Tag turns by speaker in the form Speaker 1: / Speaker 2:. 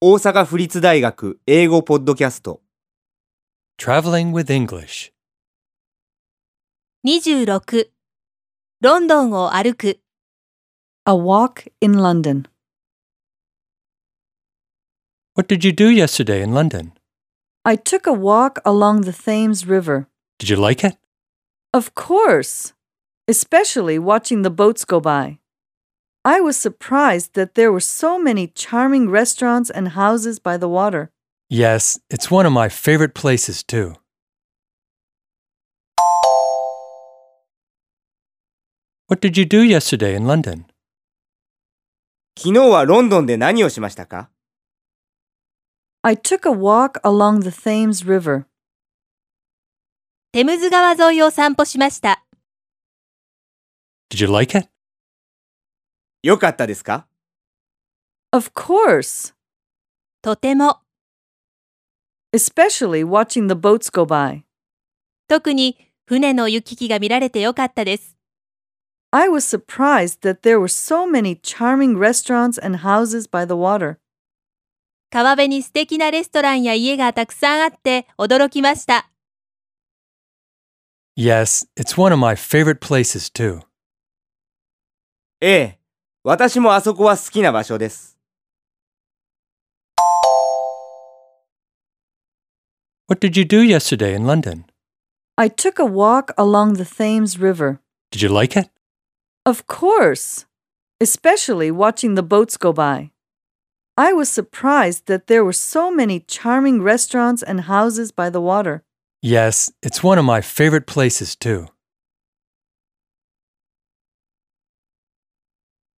Speaker 1: 大阪府立大学英語ポッドキャスト
Speaker 2: Traveling with English.
Speaker 3: 26ロンドンを歩く
Speaker 4: A walk in London.
Speaker 2: What did you do yesterday in London?
Speaker 4: I took a walk along the Thames River.
Speaker 2: Did you like it?
Speaker 4: Of course, especially watching the boats go by. I was surprised that there were so many charming restaurants and houses by the water.
Speaker 2: Yes, it's one of my favorite places, too. 'What did you do yesterday in London?
Speaker 1: 昨日はロンドンで何をしましたか
Speaker 4: I took a walk along the Thames River.
Speaker 3: テムズ川沿いを散歩しました
Speaker 2: Did you like it?
Speaker 1: 良かったですか
Speaker 4: Of course,
Speaker 3: とても
Speaker 4: especially watching the boats go by.
Speaker 3: 特に船の行き来が見られてよかったです
Speaker 4: I was surprised that there were so many charming restaurants and houses by the water.
Speaker 3: 川辺に素敵なレストランや家がたくさんあって驚きました
Speaker 2: Yes, it's one of my favorite places, too.
Speaker 1: ええ、私もあそこは好きな場所です。
Speaker 2: What did you do yesterday in London?
Speaker 4: I took a walk along the Thames River.
Speaker 2: Did you like it?
Speaker 4: Of course, especially watching the boats go by. I was surprised that there were so many charming restaurants and houses by the water.
Speaker 2: Yes, it's one of my favorite places, too.